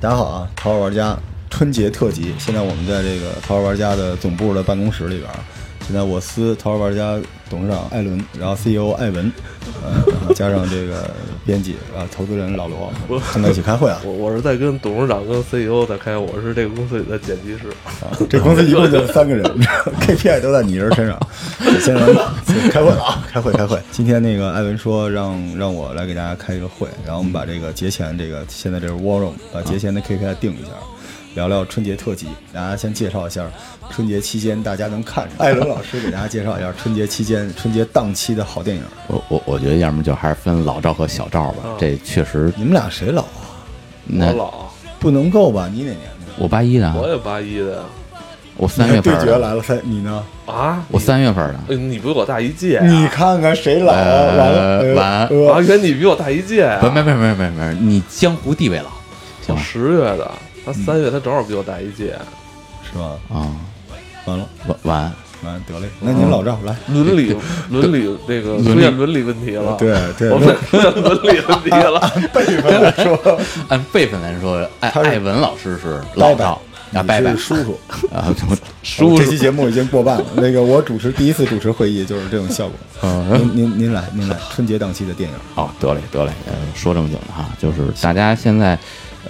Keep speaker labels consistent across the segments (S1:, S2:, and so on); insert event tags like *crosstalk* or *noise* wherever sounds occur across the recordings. S1: 大家好啊，《桃花玩家》春节特辑，现在我们在这个《桃花玩家》的总部的办公室里边儿。现在我司《桃花玩家》董事长艾伦，然后 CEO 艾文，呃，然后加上这个编辑啊、投资人老罗，正在一起开会啊。
S2: 我我是在跟董事长跟 CEO 在开，我是这个公司里的剪辑师。
S1: 啊这公司一共就三个人 *laughs* ，KPI 都在你一人身上。现在开会了啊， *laughs* 开会开会。今天那个艾文说让让我来给大家开一个会，然后我们把这个节前这个现在这是 War Room，把节前的 KPI 定一下。聊聊春节特辑，大家先介绍一下春节期间大家能看什么。艾伦老师给大家介绍一下春节期间春节档期的好电影。
S3: 我我我觉得，要么就还是分老赵和小赵吧。这确实，
S1: 你们俩谁老啊？
S2: 嗯我
S3: *laughs* 那
S2: 老，
S1: 不能够吧？你哪年的？
S3: 我八一的啊，
S2: 我也八一的
S3: 我三月份
S1: *laughs* 对
S3: 儿
S1: 决
S3: 的，
S1: 来了，三你呢？
S2: 啊！
S3: 我三月份儿的。
S2: 哎你比我大一届
S1: 你看看谁老？啊完了，
S3: 呃完
S1: 呃
S2: 啊！原来你比我大一届啊！
S3: 不，没没没没没，你江湖地
S2: 哦
S3: 位老，行吧？
S2: 十月的，他三月，他正好比我大一届。
S1: 是吧？
S3: 啊，
S1: 完了。
S3: 晚晚
S1: 完得嘞，那您老赵来，
S2: 伦理，伦理，这个
S3: 伦
S2: 出
S3: 理
S2: 现伦理问题了。
S1: 对，对，
S2: 我们出现伦理问题了。
S1: *laughs* 辈分来 *laughs* 说，
S3: 按辈分来说，艾
S1: 他是
S3: 艾文老师是老赵，啊，拜拜
S1: 你是叔
S3: *laughs*
S1: 叔，
S3: 啊，我叔
S1: 这期
S3: 叔
S1: 节目已经过半了。那个我主持第一次主持会议就是这种效果。
S3: 嗯
S1: 您您您来，您来，春节档期的电影，
S3: 哦，得嘞得嘞，呃，说正经的哈，就是大家现在，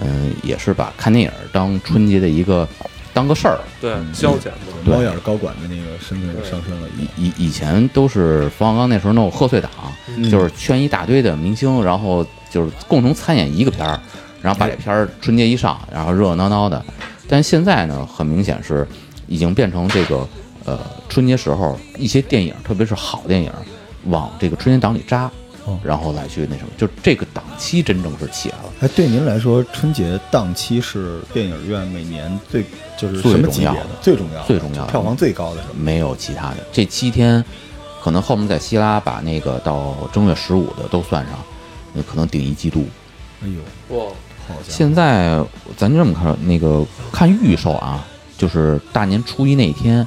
S3: 嗯，也是把看电影儿当春节的一个当个事儿，
S2: 对，消遣嘛。
S1: 猫眼高管的那个身份上升了已经。
S3: 以以以前都是冯小刚那时候弄贺岁档，就是圈一大堆的明星，然后就是共同参演一个片儿，然后把这片儿春节一上，然后热热闹闹的。但现在呢，很明显是已经变成这个呃春节时候一些电影，特别是好电影，往这个春节档里扎
S1: 哦，
S3: 然后来去那什么，就这个档期真正是起来了。
S1: 哎，对您来说，春节档期是电影院每年最就是
S3: 最
S1: 什么
S3: 重
S1: 级别
S3: 要
S1: 的
S3: 的
S1: 最重要的、
S3: 最重要的
S1: 票房最高的是吗？
S3: 没有其他的。这七天，可能后面在希拉把那个到正月十五的都算上，那可能顶一季度。
S1: 哎呦，
S2: 哇，
S1: 好家
S3: 现在咱就这么看，那个看预售啊，就是大年初一那一天，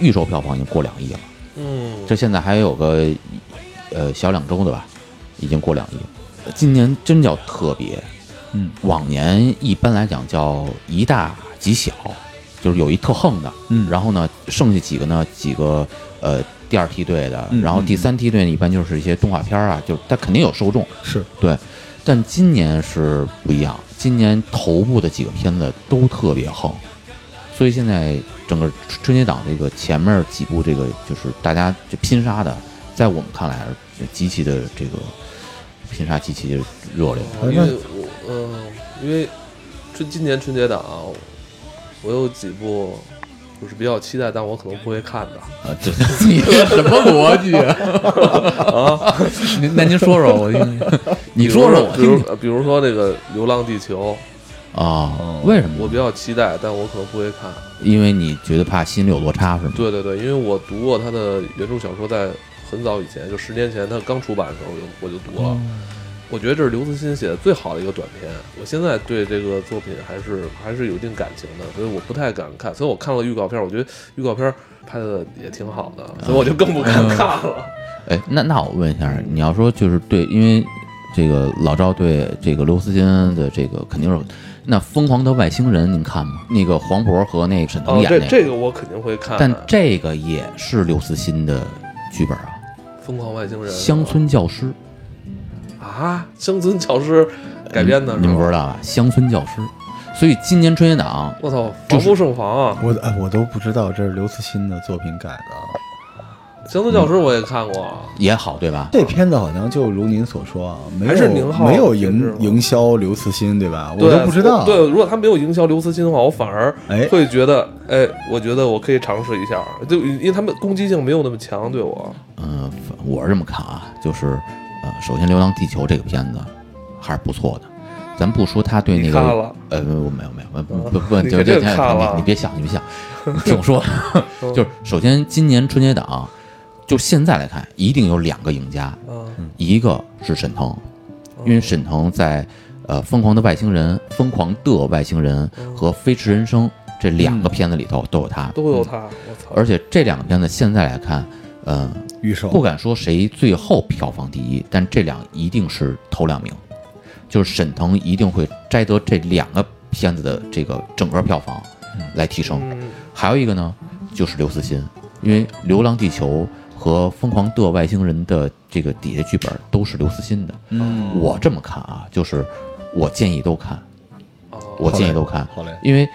S3: 预售票房已经过两亿了。
S2: 嗯，
S3: 这现在还有个呃小两周的吧，已经过两亿。今年真叫特别，
S1: 嗯，
S3: 往年一般来讲叫一大几小，就是有一特横的，
S1: 嗯
S3: 然后呢，剩下几个呢，几个呃第二梯队的，
S1: 嗯
S3: 然后
S1: 嗯
S3: 第三梯队呢一般就是一些动画片儿啊，就是它肯定有受众，
S1: 伙，是
S3: 对，但今年是不一样，今年头部的几个片子都特别横，所以现在整个春春节档这个前面几部这个就是大家就拼杀的，在我们看来是极其的这个拼杀极其的热烈。
S2: 因为我嗯、因为春今年春节档，我有几部就是比较期待，但我可能不会看的
S3: 啊，这你这什么逻辑啊？ *laughs* 您那您说说我听听，你说说我
S2: 比如
S3: 听
S2: 比
S3: 听
S2: 如比如说那个《流浪地球
S3: 啊？为什》，么
S2: 我
S3: 呢？
S2: 比较期待，但我可能不会看。
S3: 因为你觉得怕心里有落差是吗？
S2: 对对对，因为我读过他的原著小说，在很早以前，就十年前他刚出版的时候，我就我就读了。
S3: 嗯
S2: 我觉得这是刘慈欣写的最好的一个短篇。我现在对这个作品还是还是有一定感情的，所以我不太敢看。所以我看了预告片，我觉得预告片拍的也挺好的，所以我就更不敢
S3: 嗯
S2: 看了。
S3: 哎，那那我问一下，你要说就是对，因为这个老赵对这个刘慈欣的这个肯定是，那《疯狂的外星人》您看吗？那个黄渤和那个沈腾
S2: 哦，
S3: 演
S2: 这
S3: 那个，
S2: 这啊个我肯定会看。
S3: 但这个也是刘慈欣的剧本啊，
S2: 疯狂外星人
S3: 《乡村教师》
S2: 啊，乡村教师改编的是
S3: 嗯你们不
S2: 吗？
S3: 知道吧？《乡村教师》，所以今年春节档
S2: 我操，防不胜防啊！
S1: 我哎我都不知道这是刘慈欣的作品改的啊。
S2: 乡村教师我也看过，啊
S3: 也好，对吧？
S1: 这片子好像就如您所说啊，没有
S2: 还是宁浩
S1: 没有
S2: 监制吗
S1: 营营销刘慈欣对吧？我
S2: 对
S1: 都不知道。
S2: 对，如果他没有营销刘慈欣的话，我反而
S1: 哎
S2: 会觉得，哎，我觉得我可以尝试一下，就因为他们攻击性没有那么强对我。
S3: 嗯、反我是这么看啊，就是呃，首先《流浪地球》这个片子还是不错的。咱不说他对那
S2: 你
S3: 个
S2: 看啊了
S3: 呃，没有没有没有，不不
S2: 啊
S3: 不，
S2: 你
S3: 就
S2: 可
S3: 这
S2: 真看了
S3: 你你别想，你别想，你听我
S2: *laughs*
S3: 说，就是首先今年春节档，就现在来看，一定有两个赢家，
S2: 嗯，哦
S3: 一个是沈腾，因为沈腾在呃《疯狂的外星人》《疯狂的外星人》
S2: 哦
S3: 和《飞驰人生》这两个片子里头都有他，
S2: 嗯都有他，我操！
S3: 而且这两个片子现在来看，嗯、
S1: 预售
S3: 不敢说谁最后票房第一，但这两一定是头两名。就是沈腾一定会摘得这两个片子的这个整个票房来提升。
S2: 嗯
S3: 还有一个呢，就是刘慈欣，因为《流浪地球》和《疯狂的外星人》的这个底下剧本都是刘慈欣的。
S1: 嗯，
S3: 我这么看啊，就是我建议都看，
S2: 哦，
S3: 我建议都看，
S1: 好嘞，
S3: 因为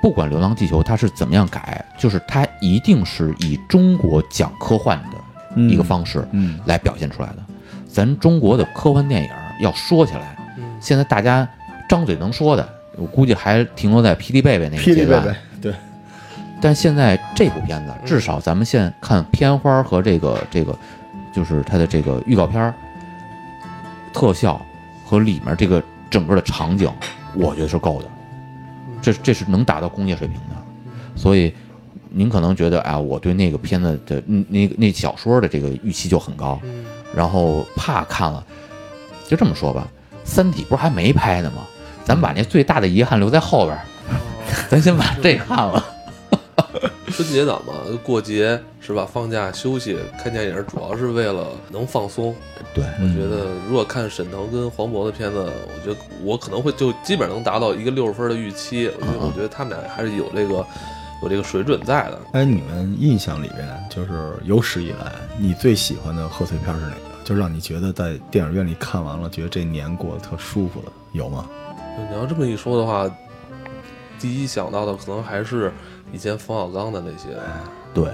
S3: 不管《流浪地球》它是怎么样改，就是它一定是以中国讲科幻的一个方式
S1: 嗯
S3: 来表现出来的。咱中国的科幻电影儿要说起来，
S2: 嗯
S3: 现在大家张嘴能说的，我估计还停留在《霹雳贝贝》那个
S1: 霹雳
S3: 阶
S1: 贝嗯
S3: 段。
S1: 贝，对，
S3: 但现在这部片子，至少咱们现在看片花儿和这个这个，就是它的这个预告片儿、特效和里面这个整个的场景，我觉得是够的，
S1: 嗯
S3: 这这是能达到工业水平的。所以您可能觉得，哎，我对那个片子的嗯那个那小说的这个预期就很高，
S2: 嗯
S3: 然后怕看了，就这么说吧，《三体》不是还没拍呢吗？咱们把那最大的遗憾留在后边儿，
S2: 哦
S3: 咱先把这看了。
S2: 春节档嘛，过节是吧？放假休息看电影，主要是为了能放松。
S3: 对，
S2: *laughs* 我觉得如果看沈腾跟黄渤的片子，我觉得我可能会就基本上能达到一个六十分的预期。我觉得
S3: 嗯嗯
S2: 我觉得他们俩还是有这个有这个水准在的。
S1: 哎，你们印象里边，就是有史以来你最喜欢的贺岁片是哪个？就让你觉得在电影院里看完了，觉得这年过得特舒服的，有吗？
S2: 你要这么一说的话，第一想到的可能还是以前冯小刚的那些。
S3: 对，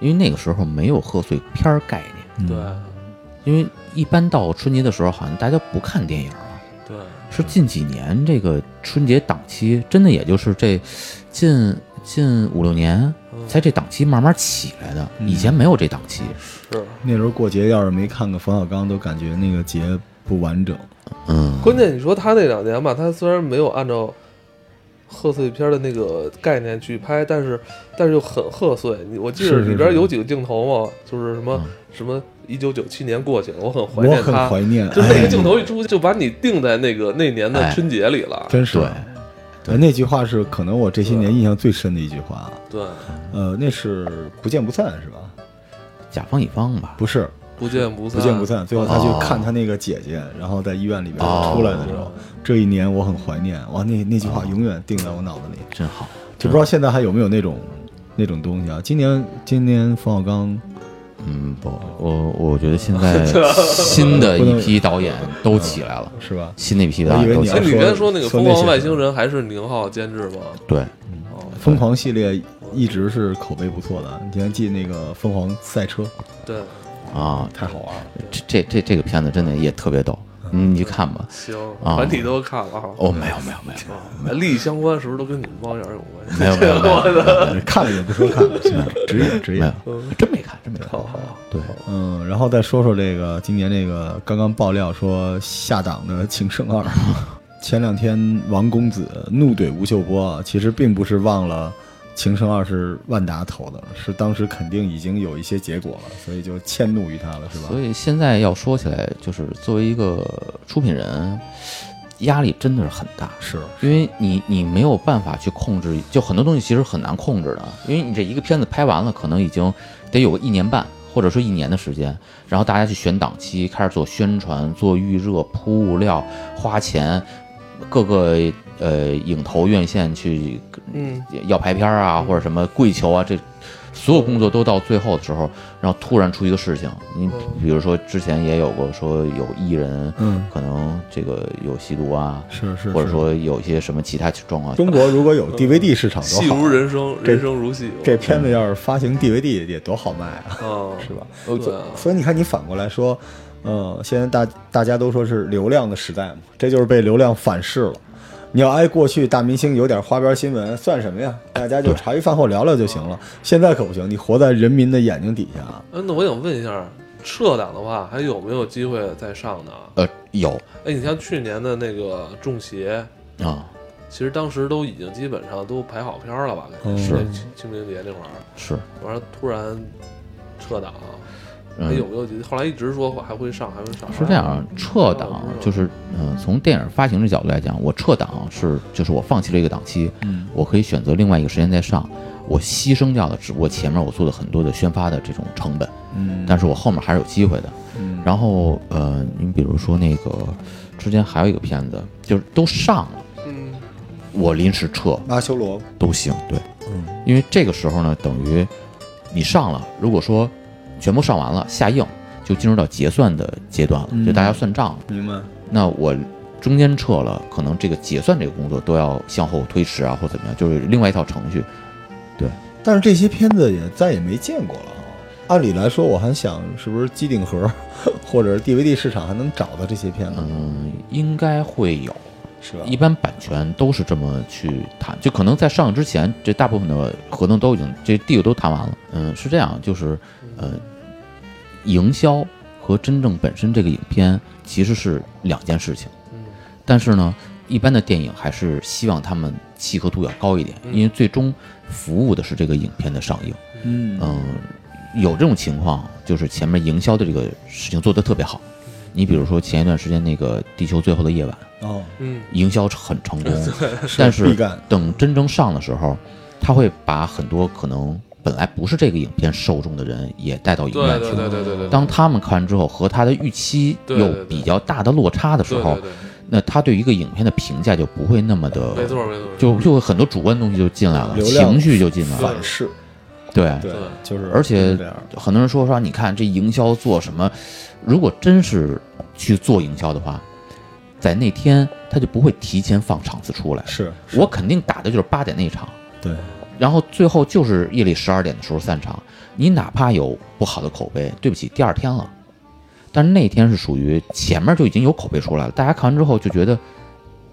S3: 因为那个时候没有贺岁片儿概念，
S2: 对
S1: 嗯
S3: 因为一般到春节的时候，好像大家不看电影了。
S2: 对，
S3: 是近几年这个春节档期，真的也就是这近近五六年
S2: 嗯
S3: 才这档期慢慢起来的，
S1: 嗯
S3: 以前没有这档期。
S2: 是。
S1: 那时候过节要是没看个冯小刚，都感觉那个节不完整。
S3: 嗯，
S2: 关键你说他那两年吧，他虽然没有按照贺岁片的那个概念去拍，但是但是又很贺岁。你我记得
S1: 是是
S2: 里边
S1: 是
S2: 有几个镜头嘛，就是什么、
S3: 嗯
S2: 什么一九九七年过去了，我很怀
S1: 我
S2: 念
S1: 很
S2: 他。
S1: 怀念，
S2: 就那
S1: 哎
S2: 个镜头一出，就把你定在那个那年的春节里了。
S1: 真是
S3: 对。啊
S1: 哎那句话是可能我这些年印象最深的一句话，啊
S2: 对，
S1: 呃，那是不见不散是吧？
S3: 甲方乙方吧，
S1: 不是，
S2: 不见不
S1: 不
S2: 散，
S1: 见不散。最后他去
S3: 哦
S1: 看他那个姐姐，然后在医院里边
S3: 哦
S1: 出来的时候，这一年我很怀念。哇，那那句话永远定在我脑子里，
S3: 真好。
S1: 就不知道现在还有没有那种那种东西啊。今年今年冯小刚
S3: 嗯，不，我我觉得现
S1: *laughs*
S3: 在新的一批导演都起来了，
S1: 是吧？
S3: 新的一批导演都起
S1: 我
S2: 哎，
S3: 来
S1: 以为
S3: 了。
S2: 你刚才说那个《
S1: 说
S2: 疯
S1: 那些嗯
S2: 狂外星人》还是宁浩监制吗？
S3: 对，
S2: 哦，
S1: 疯狂系列一直是口碑不错的，你还记那个疯狂赛车，
S2: 对，
S3: 啊，
S1: 太好玩了。
S3: 这这这这个片子真的也特别逗，你你去看吧。
S2: 行，
S3: 啊
S2: 团体都看了哈。
S3: 哦，没有没有没有
S2: 啊利益相关是不是都跟你们猫眼儿有关系？
S3: 没有没有没
S2: *laughs*
S3: 有没有
S1: 呃看了也不说看了，真的职业职
S3: 没
S1: 业。
S3: 有，真没看，真没看。
S2: 好好好，
S3: 对，
S1: 嗯，然后再说说这个今年这个刚刚爆料说下档的《情圣二》，前两天王公子怒怼吴秀波啊，其实并不是忘了《情圣二》是万达投的，是当时肯定已经有一些结果了，所以就迁怒于他了，是吧？
S3: 所以现在要说起来，就是作为一个出品人，压力真的是很大，
S1: 是，
S3: 因为你你没有办法去控制，就很多东西其实很难控制的，因为你这一个片子拍完了，可能已经得有个一年半或者说一年的时间，然后大家去选档期，开始做宣传、做预热、铺物料、花钱，各个呃影投院线去
S2: 嗯，
S3: 要排片儿啊，或者什么跪求啊，这所有工作都到最后的时候，然后突然出一个事情，你比如说之前也有过说有艺人
S1: 嗯，
S3: 可能这个有吸毒啊，
S1: 是是，
S3: 或者
S1: 是
S3: 说嗯有一些什么其他状况，
S1: 中国如果有 DVD 市场多
S2: 戏
S1: 好
S2: 如
S1: 啊，
S2: 人生，
S1: 这
S2: 人生如戏。哦
S1: 这片子要是发行 DVD 也多好卖啊，
S2: 啊，
S1: 是吧？
S2: 对
S1: 所
S2: 啊
S1: 所以你看，你反过来说，呃，现在大大家都说是流量的时代嘛，这就是被流量反噬了。你要挨过去大明星有点花边新闻算什么呀？大家就茶余饭后聊聊就行了。现在可不行，你活在人民的眼睛底下啊。
S2: 嗯，那我想问一下，撤档的话还有没有机会再上呢？
S3: 呃有
S2: 哎，你像去年的那个《中邪》，
S3: 啊、
S2: 其实当时都已经基本上都排好片儿了吧？
S1: 嗯
S2: 那
S1: 是
S2: 清清明节那会儿，
S3: 是，
S2: 完了突然撤档，还
S3: 嗯
S2: 有。没有机？后来一直说还会上，还会上。啊
S3: 是这样，撤档就是，嗯、从电影发行的角度来讲，我撤档是就是我放弃了一个档期，
S1: 嗯，
S3: 我可以选择另外一个时间再上，我牺牲掉的只不过前面我做了很多的宣发的这种成本，
S1: 嗯
S3: 但是我后面还是有机会的。
S1: 嗯
S3: 然后呃，你比如说那个之前还有一个片子，就是都上了，
S2: 嗯，
S3: 我临时撤
S1: 阿修罗
S3: 都行，对，
S1: 嗯，
S3: 因为这个时候呢，等于你上了，如果说全部上完了下映，就进入到结算的阶段了，
S1: 嗯
S3: 就大家算账了。
S1: 明白？
S3: 那我中间撤了，可能这个结算这个工作都要向后推迟啊，或怎么样，就是另外一套程序。
S1: 但是这些片子也再也没见过了啊。按理来说，我还想是不是机顶盒 *laughs* 或者是 DVD 市场还能找到这些片子，
S3: 嗯，应该会有，
S1: 是吧？
S3: 一般版权都是这么去谈，就可能在上映之前，这大部分的合同都已经这 deal 都谈完了。嗯，是这样，就是呃，营销和真正本身这个影片其实是两件事情。
S2: 嗯，
S3: 但是呢，一般的电影还是希望他们契合度要高一点，
S2: 嗯
S3: 因为最终服务的是这个影片的上映。
S1: 嗯
S3: 嗯，有这种情况，就是前面营销的这个事情做得特别好。你比如说前一段时间那个《地球最后的夜晚》，
S1: 哦，
S2: 嗯，
S3: 营销很成
S2: *laughs*
S3: 功，但
S1: 必
S3: 是
S1: 干
S3: 等真正上的时候，他会把很多可能本来不是这个影片受众的人也带到影
S2: 对
S3: 院
S2: 对
S3: 去。
S2: 对对对对，
S3: 当他们看完之后和他的预期
S2: 对对
S3: 有
S2: 对
S3: 比较大的落差的时
S2: 对
S3: 候
S2: 对，对，
S3: 那他对于一个影片的评价就不会那么的，
S2: 没错没错，
S3: 就就会很多主观东西就进来了，
S1: 流量
S3: 情绪就进来了，
S1: 反噬，
S3: 对。
S1: 对
S2: 对，
S1: 就是
S3: 而且
S1: 这样。
S3: 很多人说说，你看这营销做什么？如果真是去做营销的话，在那天他就不会提前放场次出来。
S1: 是
S3: 我肯定打的就是八点那场，
S1: 对，
S3: 然后最后就是夜里十二点的时候散场。你哪怕有不好的口碑，对不起，第二天了。但是那天是属于前面就已经有口碑出来了，大家看完之后就觉得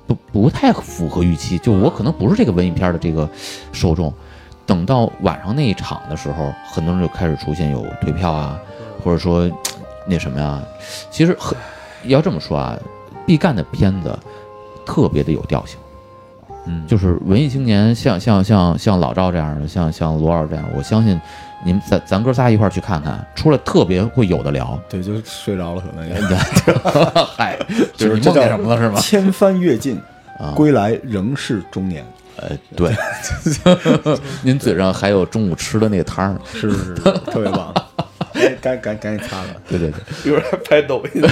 S3: 不不太符合预期，就我可能不是这个文艺片的这个受众。等到晚上那一场的时候，很多人就开始出现有退票啊，或者说那什么呀、其实很要这么说啊，毕赣的片子特别的有调性。
S1: 嗯
S3: 就是文艺青年像，像像像老赵这样的，像像罗二这样，我相信你们咱咱哥仨一块儿去看看，出来特别会有的聊。
S1: 对，就睡着了，可能也
S3: *laughs* 嗨，
S1: 就
S3: 就是是
S1: 这叫
S3: 梦见什么了是 *laughs* 吗？
S1: 千帆阅尽，
S3: 啊，
S1: 归来仍是中年。
S3: 呃，对， *laughs* 您嘴上还有中午吃的那个汤儿，
S1: 是是 *laughs* 是，特别棒，哎赶赶赶紧擦了。
S3: 对对对，
S2: *laughs* 一会儿还拍抖音呢，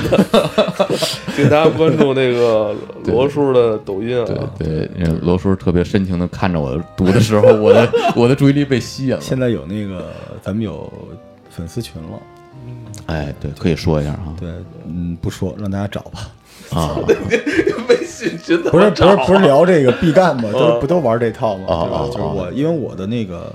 S2: 请大家关注那个罗叔的抖音
S3: 对
S2: 啊，
S3: 对，嗯罗叔特别深情的看着我读的时候，我的 *laughs* 我的注意力被吸引了。
S1: 现在有那个，咱们有粉丝群了，
S3: 哎，对，可以说一下啊
S1: 对，嗯，不说，让大家找吧。
S3: *laughs* 啊，
S2: *laughs* 微信群
S1: 不是不是不是聊这个必干吗？就是不都玩这套吗？
S3: 哦
S1: 对吧
S3: 哦？
S1: 就是
S3: 哦
S1: 我，因为我的那个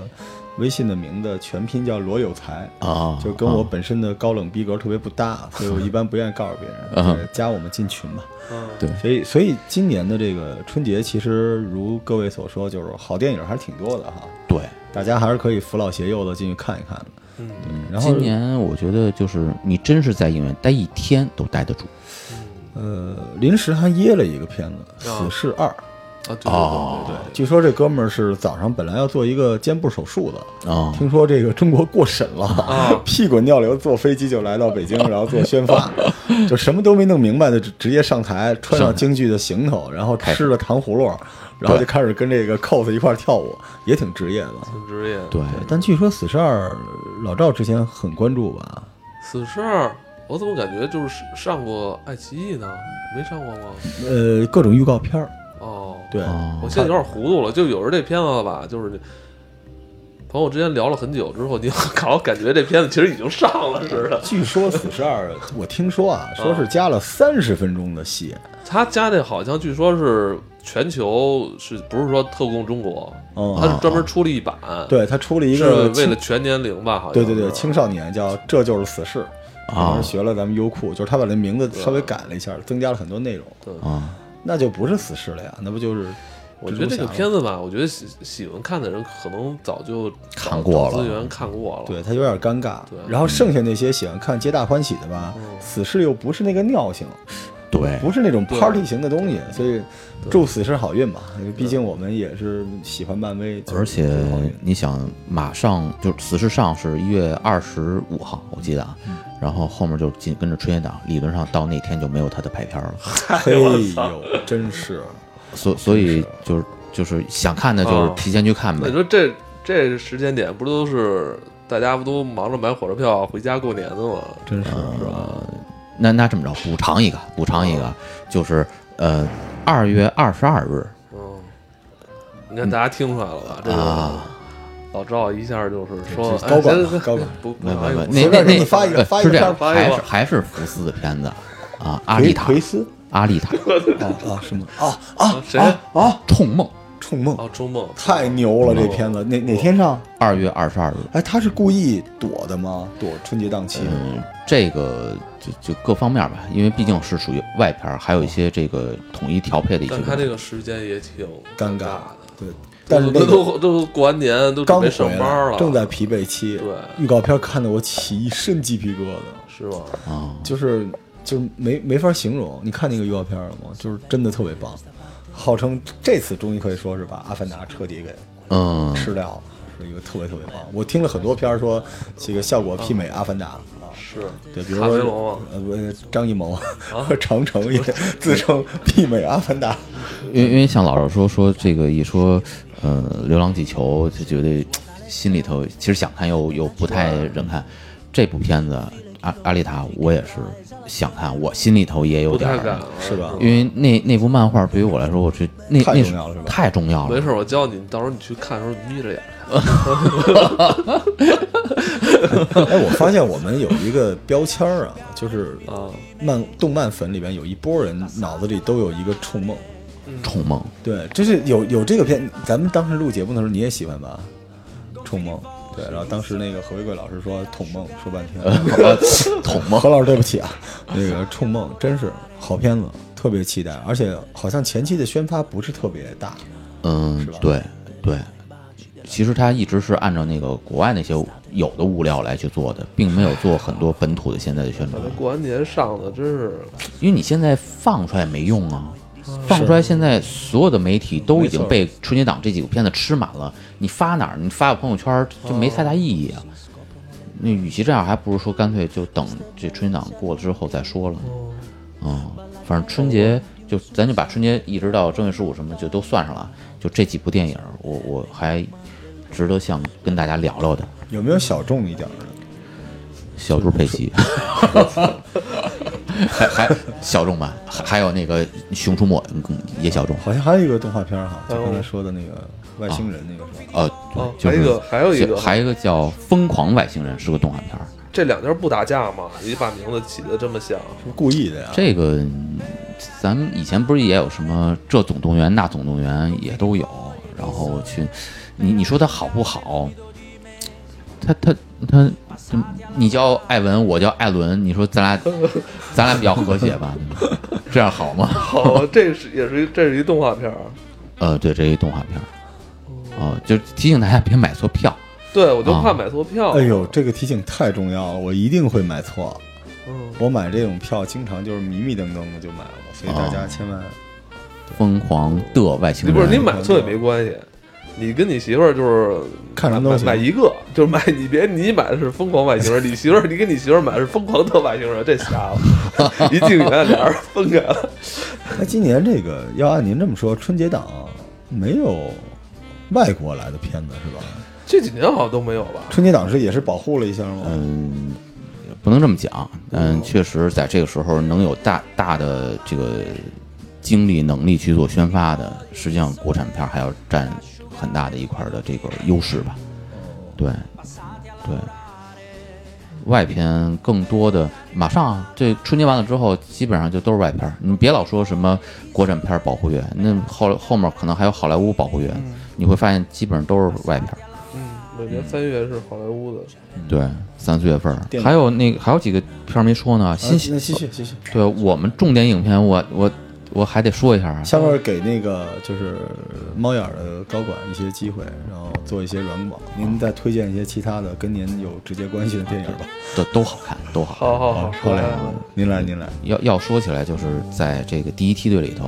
S1: 微信的名字全拼叫罗有才
S3: 啊
S1: 就跟我本身的高冷逼格特别不搭，所以我一般不愿意告诉别人。
S3: 啊
S1: 对，加我们进群吧。
S2: 嗯
S3: 对
S1: 所以所以今年的这个春节，其实如各位所说，就是好电影还是挺多的哈。
S3: 对。
S1: 大家还是可以扶老携幼的进去看一看的。
S2: 嗯
S1: 嗯，然后
S3: 今年我觉得就是你真是在影院待一天都待得住
S1: 呃，临时还噎了一个片子《
S2: 啊
S1: 死侍二》，
S2: 啊，对
S3: 哦
S2: 对对对
S1: 据说这哥们儿是早上本来要做一个肩部手术的，
S3: 啊，
S1: 听说这个中国过审了，
S3: 哦
S2: 啊
S1: *laughs* 屁滚尿流坐飞机就来到北京，然后做宣
S3: *laughs*
S1: 发，就什么都没弄明白的，就直接上台，穿上京剧的行头，然后吃了糖葫芦，然后就开始跟这个 cos 一块儿跳舞，也挺职业的。
S2: 挺职业。
S3: 对，
S1: 对但据说《死侍二》老赵之前很关注吧？
S2: 此事儿我怎么感觉就是上过爱奇艺呢？没上过吗？
S1: 呃，各种预告片儿，
S2: 哦，
S1: 对，
S3: 哦
S2: 我现在有点糊涂了，就有时候这片子吧，就是你朋友之间聊了很久之后，你 *laughs* 老感觉这片子其实已经上了似的。
S1: 据说《死侍二》，我听说啊，说是加了三十分钟的戏，
S2: 他家那好像据说是全球是不是说特供中国？
S1: 嗯
S2: 他是专门出了一版，，
S1: 对他出了一
S2: 哦是
S1: 个
S2: 为
S1: 青
S2: 了全年龄吧？好像
S1: 对对对
S2: 是
S1: 青少年叫《这就是死侍》，
S3: 啊
S2: 哦
S1: 当时学了咱们优酷，就是他把这名字稍微改了一下，增加了很多内容，
S3: 啊，
S1: 那就不是死侍了呀，那不就是
S2: 我觉得这个
S1: 蜘蛛侠
S2: 片
S1: 了吗
S2: 子吧，我觉得喜喜欢看的人可能早就找
S3: 看过了
S2: 找资源看过了。
S1: 对他有点尴尬
S2: 对。嗯
S1: 然后剩下那些喜欢看《皆大欢喜》的吧，死侍又不是那个尿性，
S3: 对，
S1: 不是那种
S2: 对
S1: party 型的东西，所以祝死侍好运吧。因为毕竟我们也是喜欢漫威，就是
S3: 而且
S1: 祝好运
S3: 你想，马上就此事上是一月二十五号，我记得啊，
S1: 嗯
S3: 然后后面就紧跟着春节档，理论上到那天就没有他的排片了，
S1: 嘿呦，真
S3: *laughs*
S1: 是。
S3: 所所以就是就是想看的就是
S1: 啊
S2: 哦
S3: 提前去看
S2: 那
S3: 呗
S2: 你，说这这时间点不都是大家不都忙着买火车票回家过年的吗？
S1: 啊真是是吧？
S3: 呃，那那这么着，补偿一个，补偿一个，
S1: 啊
S3: 就是呃，二月二十二日
S2: 嗯，你看大家听出来了吧？这个
S3: 啊，
S2: 老赵一下就是说
S1: 嗯这高管
S2: 哎
S1: 了
S2: 先
S1: 高管
S2: 不不
S3: 没没
S2: 哎呦不
S3: 没，呃那
S1: 随
S3: 那
S1: 便给
S3: 那
S1: 你发一个
S3: 呃
S1: 发一
S3: 是
S1: 个
S3: 这样，
S2: 发一
S3: 还
S2: 个
S3: 是还是福斯的片子啊，阿丽
S1: 奎
S3: 塔
S1: 奎，斯
S3: 阿丽塔，
S1: 啊啊什么啊
S2: 啊谁
S1: 啊啊！
S3: 冲梦，
S1: 冲梦
S2: 哦，周梦
S1: 太牛了，这片子哪哪天上？
S3: 二月二十二日，
S1: 哎，他是故意躲的吗？躲春节档期吗？
S3: 嗯，这个就就各方面吧，因为毕竟是属于外片儿，还有一些这个统一调配的一些
S2: 但
S3: 东西。
S2: 他这个时间也挺
S1: 尴尬
S2: 尬的，，
S1: 对，但是
S2: 都
S1: 那个
S2: 都都过完年都准
S1: 刚
S2: 备
S1: 回
S2: 上班
S1: 来，
S2: 了，
S1: 正在疲惫期，
S2: 对
S1: 预告片看得我起一身鸡皮疙瘩，
S2: 是吗？
S3: 啊，
S1: 就是就是没没法形容。你看那个预告片了吗？就是真的特别棒，号称这次终于可以说是把《阿凡达》彻底给
S3: 嗯，
S1: 吃掉了，是一个特别特别棒。我听了很多片儿说这个效果媲美《阿凡达》啊。
S2: 是，
S1: 对，比如
S2: 卡梅隆啊
S1: 说
S2: 嘛，
S1: 呃，不是张艺谋和长城也自称媲美《阿凡达》，
S3: 因为因为像老师说说这个一说，呃，《流浪地球》就觉得心里头其实想看又又不太忍看。这部片子《阿阿丽塔》，我也是想看，我心里头也有
S2: 不
S3: 点
S2: 太
S3: 儿
S2: 敢了，
S1: 是吧
S3: 因为那那部漫画对于我来说，我这那
S1: 太
S3: 那
S1: 重要了是吧
S3: 太重要了，
S2: 没事，我教你，到时候你去看的时候眯着眼看。
S1: 哎，我发现我们有一个标签儿啊，就是
S2: 啊，
S1: 漫动漫粉里边有一波人脑子里都有一个冲梦，
S3: 冲梦
S1: 对，就是有有这个片，咱们当时录节目的时候你也喜欢吧？冲梦，对，然后当时那个何为贵老师说捅梦，说半 *laughs* 天，捅梦，何老师对不起啊， *laughs* 那个冲梦真是好片子，特别期待，而且好像前期的宣发不是特别大，
S3: 嗯
S1: 吧，
S3: 对对，其实它一直是按照那个国外那些有的物料来去做的，并没有做很多本土的现在的宣传
S2: 感觉，过完年上的真是
S3: 因为你现在放出来没用啊。放出来，现在所有的媒体都已经被春节档这几部片子吃满了，你发哪儿？你发个朋友圈儿就没太大意义啊。那与其这样，还不如说干脆就等这春节档过了之后再说了。嗯，反正春节就咱就把春节一直到正月十五什么就都算上了，就这几部电影，我我还值得想跟大家聊聊的。
S1: 有没有小众一点儿的？
S3: 小猪佩奇， *laughs* 还 *laughs* 还小众吧，还还有那个《熊出没》嗯也小众。
S1: 好像还有一个动画片儿哈，就
S2: 还有
S1: 刚才说的那个外星人那个是吧？
S3: 呃，
S2: 哦
S3: 对，就是
S2: 还有一个还有一个
S3: 还有一个叫《疯狂外星人》，是个动画片儿。
S2: 这两家不打架嘛，你把名字起的这么像，
S1: 是故意的呀？
S3: 这个嗯咱们以前不是也有什么这总动员、那总动员也都有，然后去，你你说它好不好？他他他，嗯你叫艾文，我叫艾伦，你说咱俩咱俩比较和谐吧？ *laughs* 这样好
S1: *laughs*
S3: 吗？
S2: 好，这是也是这是一动画片儿。
S3: 呃，对，这是一动画片儿，哦、就提醒大家别买错票。
S2: 对，我就
S3: 啊
S2: 怕买错票。
S1: 哎呦，这个提醒太重要了，我一定会买错。
S2: 嗯，
S1: 我买这种票经常就是迷迷瞪瞪的就买了，所以大家千万
S3: 疯狂的外星
S2: 你
S3: 人，
S2: 不是你买错也没关系，你跟你媳妇儿就是
S1: 看什么
S2: 买
S1: 东西
S2: 买一个，就是买你别你买的是疯狂外星人，你媳妇儿你跟你媳妇儿买的是疯狂的外星人，这瞎
S1: *laughs*
S2: 了，一进园俩人分开了。
S1: 那今年这个要按您这么说，春节档没有外国来的片子是吧？
S2: 这几年好像都没有吧？
S1: 春节档是也是保护了一下吗？
S3: 嗯，不能这么讲，嗯，确实在这个时候能有大大的这个精力能力去做宣发的，实际上国产片儿还要占很大的一块儿的这个优势吧。对，对，外片更多的马上啊这春节完了之后，基本上就都是外片儿。你别老说什么国产片儿保护月，那后后面可能还有好莱坞保护月，
S1: 嗯
S3: 你会发现基本上都是外片儿。
S2: 嗯，每年三月是好莱坞的，
S3: 对，三四月份儿
S1: 嗯电影
S3: 还有那个还有几个片儿没说呢，新
S1: 啊那继续继续，
S3: 对我们重点影片我，我我还得说一下啊，
S1: 下面给那个就是猫眼儿的高管一些机会，然后做一些软广。您再推荐一些其他的跟您有直接关系的电影吧。
S3: 都都好看，都好看。
S2: 好好哦好，
S1: 哦好嘞
S2: 来来，
S1: 您来您来，
S3: 要要说起来，就是在这个第一梯队里头，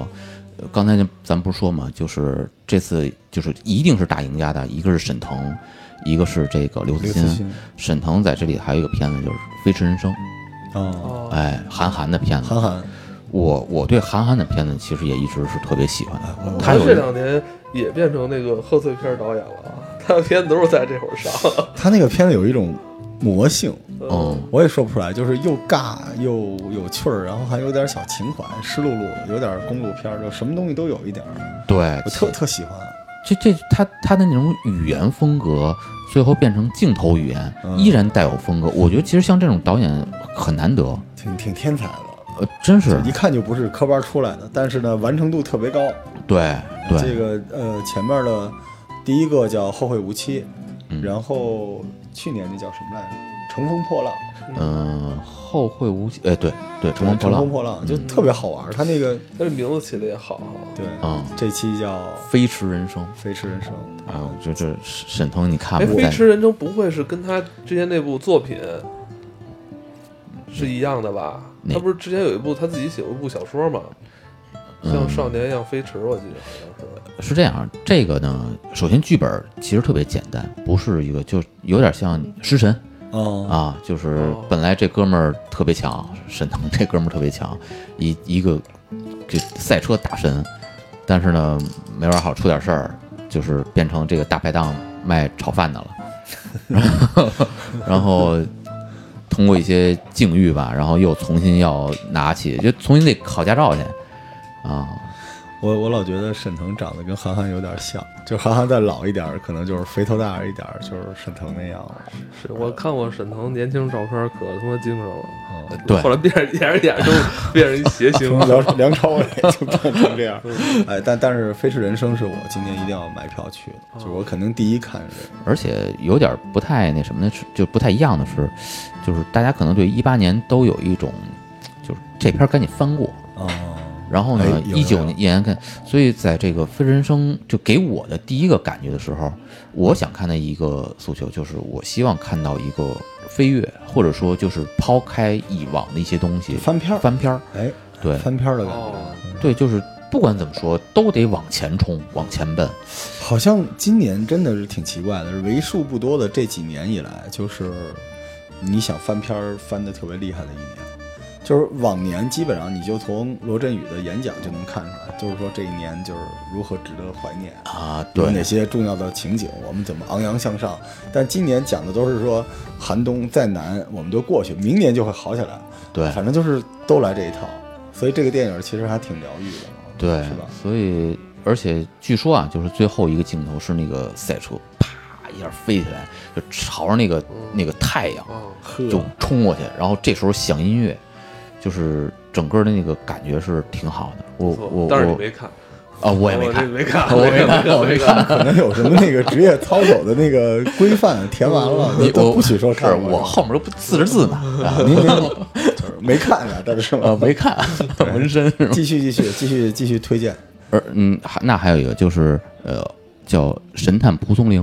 S3: 呃刚才就咱不是说嘛，就是这次就是一定是大赢家的，一个是沈腾，一个是这个刘慈
S1: 刘
S3: 欣。
S1: 慈欣
S3: 沈腾在这里还有一个片子就是《飞驰人生》，
S1: 啊，
S2: 哦
S3: 哎，韩寒的片子。
S1: 韩寒，
S3: 我我对韩寒的片子其实也一直是特别喜欢
S1: 哎
S3: 的，他
S2: 他
S3: 有
S2: 这
S3: 一
S2: 两年也变成那个贺岁片导演了啊，他的片子都是在这会儿上。嗯
S1: 他那个片子有一种魔性，
S3: 哦，
S1: 我也说不出来，就是又尬又有趣儿，然后还有点小情怀，湿漉漉，有点公路片儿，就什么东西都有一点儿，
S3: 对
S1: 我，特特喜欢。
S3: 这这他他的那种语言风格，最后变成镜头语言，
S1: 嗯
S3: 依然带有风格。我觉得其实像这种导演很难得，
S1: 挺挺天才的，
S3: 呃，真是
S1: 一看就不是科班出来的，但是呢，完成度特别高。
S3: 对
S1: 这
S3: 对，
S1: 个呃，前面的第一个叫《后会无期》，
S3: 嗯
S1: 然后去年那叫什么来着，《乘风破浪》。
S3: 嗯，后会无期，哎，对对，乘风破
S1: 乘
S3: 浪嗯
S1: 风，破浪就特别好玩儿，他那个
S2: 他这名字起的也好啊哈。
S1: 对
S3: 嗯，
S1: 这期叫
S3: 飞驰人生。
S1: 《飞驰人生》，
S3: 哎呦，这这沈腾，你看
S2: 哎，
S3: 不
S2: 《飞
S3: 在
S2: 驰人生》不会是跟他之前那部作品是一样的吧？
S3: 哪
S2: 他不是之前有一部他自己写过一部小说嘛，像
S3: 嗯
S2: 少年一样飞驰，我记得好像
S3: 是这样，这个呢，首先剧本其实特别简单，不是一个，就有点像食神
S1: 哦，
S3: 啊，就是本来这哥们儿特别强，沈腾 *laughs* 这哥们儿特别强，一一个这赛车大神，但是呢，没法好出点事儿，就是变成这个大排档卖炒饭的了， *laughs* 然后。然后通过一些境遇吧，然后又重新要拿起，就重新得考驾照去啊！
S1: 我我老觉得沈腾长得跟韩寒有点像，就韩寒再老一点儿，可能就是肥头大耳一点儿，就是沈腾那样了。
S2: 是。是我看过沈腾年轻照片，可他妈精神了。
S3: 对
S2: 后，来变着演着演着就变成一谐星
S1: 从
S2: 了。嗯
S1: 梁梁朝伟 *laughs* 就变成这样，哎，但但是《飞驰人生》是我今年一定要买票去的，就是我肯定第一看是这个。
S3: 而且有点不太那什么的是，就不太一样的是，就是大家可能对一八年都有一种，就是这片儿赶紧翻过，
S1: 哦，
S3: 然后呢
S1: 哎，有
S3: 一九
S1: 有
S3: 年依然看，所以在这个《非人生》就给我的第一个感觉的时候，我想看的一个诉求就是，我希望看到一个飞跃，或者说就是抛开以往的一些东西，
S1: 翻篇儿，
S3: 翻篇儿，
S1: 哎，
S3: 对
S1: 翻篇儿的感觉。
S2: 哦，
S3: 对，就是不管怎么说，都得往前冲，往前奔，
S1: 好像今年真的是挺奇怪的，是为数不多的这几年以来，就是你想翻篇儿翻的特别厉害的一年。就是往年基本上你就从罗振宇的演讲就能看出来，就是说这一年就是如何值得怀念，
S3: 啊，
S1: 有哪
S3: 对，
S1: 些重要的情景，我们怎么昂扬向上。但今年讲的都是说寒冬再难我们就过去，明年就会好起来。
S3: 对。
S1: 反正就是都来这一套，所以这个电影其实还挺疗愈的，
S3: 对，
S1: 是吧？
S3: 所以而且据说啊，就是最后一个镜头是那个赛车啪一下飞起来，就朝着那个那个太阳
S2: 哦，
S1: 呵
S3: 就冲过去，然后这时候响音乐，就是整个的那个感觉是挺好的。我
S2: 不错
S3: 我
S2: 但是你
S3: 我
S2: 没看，
S3: 啊，我也没
S2: 我这 *laughs*
S3: 看，
S2: 哦没看，
S3: 我没看，
S2: 我
S3: 我
S2: 没
S3: 没
S2: 看。
S1: 可能有什么那个职业操守的那个规范填完
S3: *laughs*
S1: 了，
S3: 你
S1: 都
S3: 我
S1: 不许说
S3: 是我后面都不四十字呢， *laughs* 啊
S1: 您您就是没看呢，这是
S3: 呃，
S1: 吗？
S3: 没看纹身是吗？
S1: 继续继续继续继续推荐，
S3: 而嗯，还那还有一个就是呃，叫《神探蒲松龄》，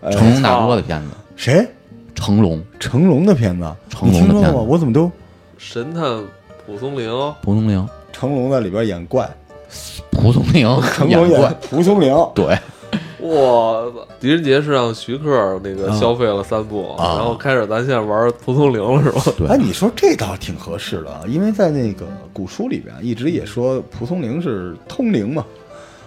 S1: 呃
S3: 成龙大哥的片子，
S1: 谁？
S3: 成龙
S1: 成龙的片子，
S3: 成龙
S1: 你听
S3: 的
S1: 说
S3: 片子
S1: 过吗？我怎么都
S2: *laughs* 神探蒲松龄，
S3: 蒲松龄。
S1: 成龙在里边演怪，
S3: 蒲松
S1: *laughs*
S3: 龄
S1: 成龙
S3: 演
S1: 演
S3: 怪，
S1: 蒲松龄，
S3: 对，
S2: 我操！狄仁杰是让徐克那个消费了三部，
S3: 嗯啊
S2: 然后开始咱现在玩蒲松龄了是吧？
S3: 对
S1: 哎，你说这倒挺合适的，啊，因为在那个古书里边一直也说蒲松龄是通灵嘛，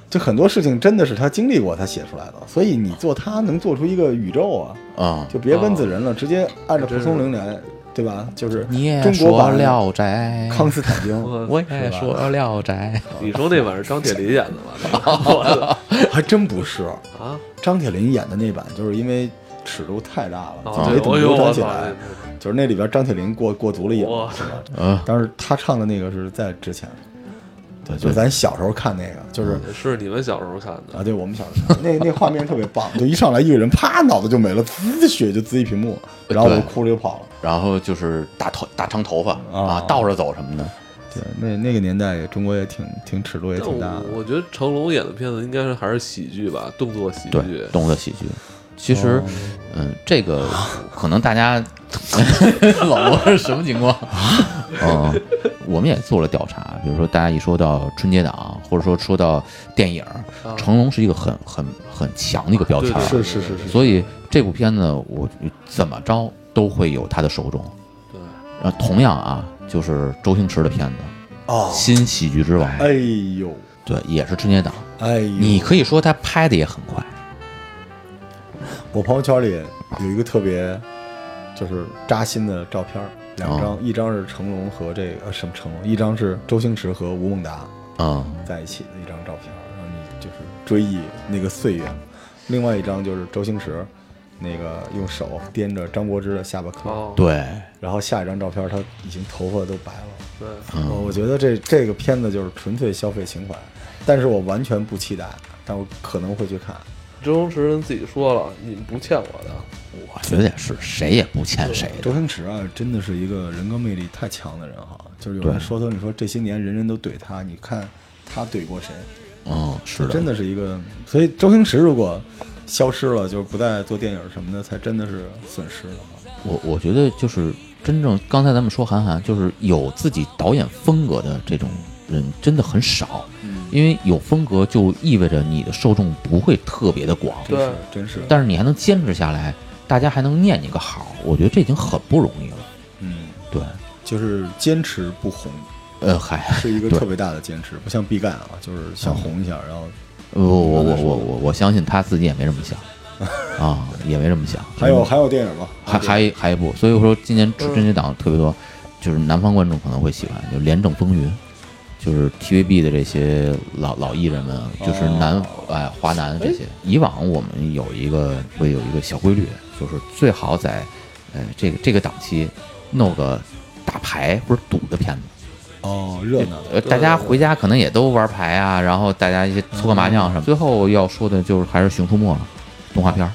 S1: 就很多事情真的是他经历过，他写出来的，所以你做他能做出一个宇宙啊，
S3: 啊，
S1: 就别温
S2: 哦
S1: 子仁了，直接按照蒲松龄来，对吧？就是
S3: 你也
S1: 中国
S3: 说
S1: 版
S3: 《
S1: *laughs*
S3: 聊斋》，
S1: 康斯坦丁，
S2: 我
S3: *laughs* 我也说《聊斋
S2: 你说那版是张铁林演的吧？
S3: *laughs*
S2: 我
S1: 还真不是。
S2: 操啊！
S1: 张铁林演的那版，就是因为尺度太大了，
S2: 哦
S1: 就没怎么
S2: 哎呦
S1: 流传
S2: 我
S1: 起
S2: 操
S1: 来。就是那里边张铁林过过足了瘾了，
S2: 哇嗯
S1: 是吧？》
S3: 啊，
S1: 但是他唱的那个是在之前， *laughs* 对，就
S3: 对
S1: 咱小时候看那个，就是
S2: 是你们小时候看的
S1: 啊，对我们小时候看那那画面特别棒，就一上来一个人啪脑袋就没了，滋血就滋一屏幕，然后我
S3: 对
S1: 哭着就跑了。
S3: 然后就是大头大长头发
S1: 啊
S3: 啊，倒着走什么的，
S1: 对，那那个年代中国也挺挺尺度也
S2: 但
S1: 挺大的
S2: 我。我觉得成龙演的片子应该是还是喜剧吧，动作喜剧
S3: 对，。动作喜剧。其
S1: 哦
S3: 实，嗯，
S1: *laughs*
S3: 这个可能大家 *laughs* 老罗是什么情况？
S1: 啊
S3: 嗯，我们也做了调查，比如说大家一说到春节档，或者说说到电影，
S1: 啊
S3: 成龙是一个很很很强的一个标签儿，
S2: 啊对
S1: 是是是是，
S3: 所以这部片子我怎么着都会有他的手中。
S2: 对，
S3: 然后同样啊，就是周星驰的片子
S1: 哦
S3: 《新喜剧之王》，
S1: 哎呦，
S3: 对，也是春节档。
S1: 哎呦，
S3: 你可以说他拍的也很快，
S1: 我朋友圈里有一个特别就是扎心的照片儿，两张，一张是成龙和这个呃什么成龙，一张是周星驰和吴孟达
S3: 啊，
S1: 在一起的一张照片儿，然后你就是追忆那个岁月；另外一张就是周星驰那个用手掂着张柏芝的下巴颏儿，
S2: 哦，
S3: 对，
S1: 然后下一张照片儿他已经头发都白了。
S2: 对，
S3: 嗯
S1: 哦，我觉得这这个片子就是纯粹消费情怀，但是我完全不期待，但我可能会去看。
S2: 周星驰人自己说了，你们不欠我的，
S3: 我觉得也是，谁也不欠谁的
S1: 周，星驰啊，真的是一个人格魅力太强的人哈，就是有人说他，你说这些年人人都怼他，你看他怼过谁？
S3: 嗯，是的，
S1: 真的是一个，所以周星驰如果消失了，就是不再做电影什么的，才真的是损失了哈。
S3: 我我觉得就是真正刚才咱们说韩寒，就是有自己导演风格的这种人真的很少，
S1: 嗯
S3: 因为有风格就意味着你的受众不会特别的广，
S2: 对
S1: 是真是，
S3: 但是你还能坚持下来，大家还能念你个好，我觉得这已经很不容易了。
S1: 嗯，
S3: 对，
S1: 就是坚持不红
S3: 呃，嗨，
S1: 是一个
S3: 对嗯
S1: 特别大的坚持，不像毕赣啊，就是想红一下，然后
S3: 我我我我我我相信他自己也没这么
S1: *laughs*
S3: 想啊，也没这么想。
S1: 还有还有电影吗？
S3: 还还有还有一部，所以我说今年春春节档特别多，就是南方观众可能会喜欢，就《廉政风云》，就是 TVB 的这些老老艺人们，啊就是南哎华南这些。以往我们有一个会有一个小规律，就是最好在呃这个这个档期弄个打牌或者赌的片子。
S1: 哦，热闹。
S3: 呃，大家回家可能也都玩牌啊，然后大家一些搓个麻将什么。最后要说的就是还是《熊出没》了，动画片儿，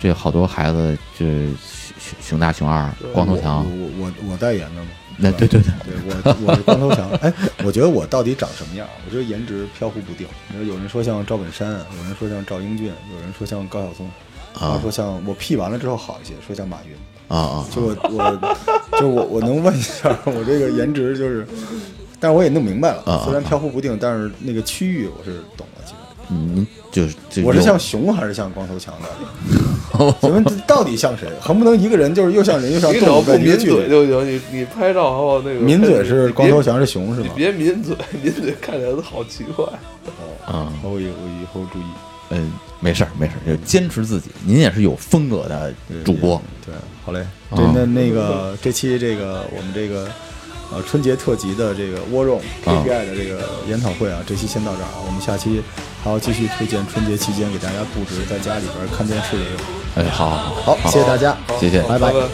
S3: 这好多孩子这熊熊熊大、熊二、光头强，
S1: 我我我我代言的嘛。
S3: *laughs* 那
S1: 对
S3: 对
S1: 吧
S3: 对对，
S1: 对我我是光头强。哎，我觉得我到底长什么样？我觉得颜值飘忽不定。你说有人说像赵本山，有人说像赵英俊，有人说像高晓松，有人说像我 P 完了之后好一些，说像马云。
S3: 啊啊，
S1: 就我我就我我能问一下，我这个颜值就是，但是我也弄明白
S3: 啊
S1: 了，虽然飘忽不定，但是那个区域我是懂了。基本
S3: 您就是就
S1: 我是
S3: 有
S1: 像熊还是像光头强的？
S3: *laughs*
S1: 请问这到底像谁？恨不能一个人就是又像人又像
S2: 你只
S1: 动
S2: 要
S1: 物，
S2: 不
S1: 感觉
S2: 抿
S1: 距离
S2: 嘴就行。你你拍照还有那个
S1: 抿嘴是光头，强是熊是
S2: 你
S1: 吗？
S2: 别你别抿嘴， *laughs* 抿嘴看起来都好奇怪。
S3: 啊
S1: 我以我以后注意。
S3: 嗯，没事儿没事儿，就坚持自己。您也是有风格的主播，啊
S1: 对，好嘞。对，那那个这期这个我们这个呃春节特辑的这个 War
S3: 啊
S1: Room KPI 的这个研讨会啊，这期先到这儿啊，我们下期还要继续推荐春节期间给大家布置在家里边看电视的一个。
S3: 哎，好好好，
S1: 好，谢谢大家，
S3: 谢谢，
S1: 拜
S2: 拜
S1: 拜。
S2: 拜。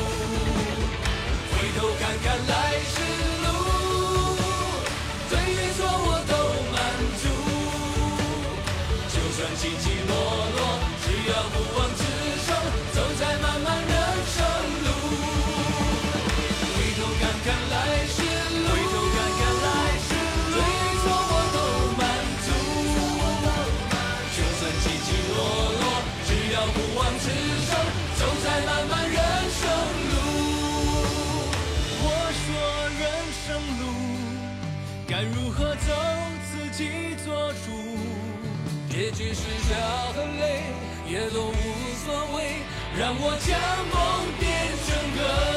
S4: 对你说我都满足，就算起起落落，只要不忘自首，走在漫漫人生路。回头看看来时路，回头看看来时路，对你说我都满足，就算起起落落，只要不忘自首，走在漫漫人生路。我说人生路。该如何走，自己做主。也许是笑很累，也都无所谓，让我将梦变成歌。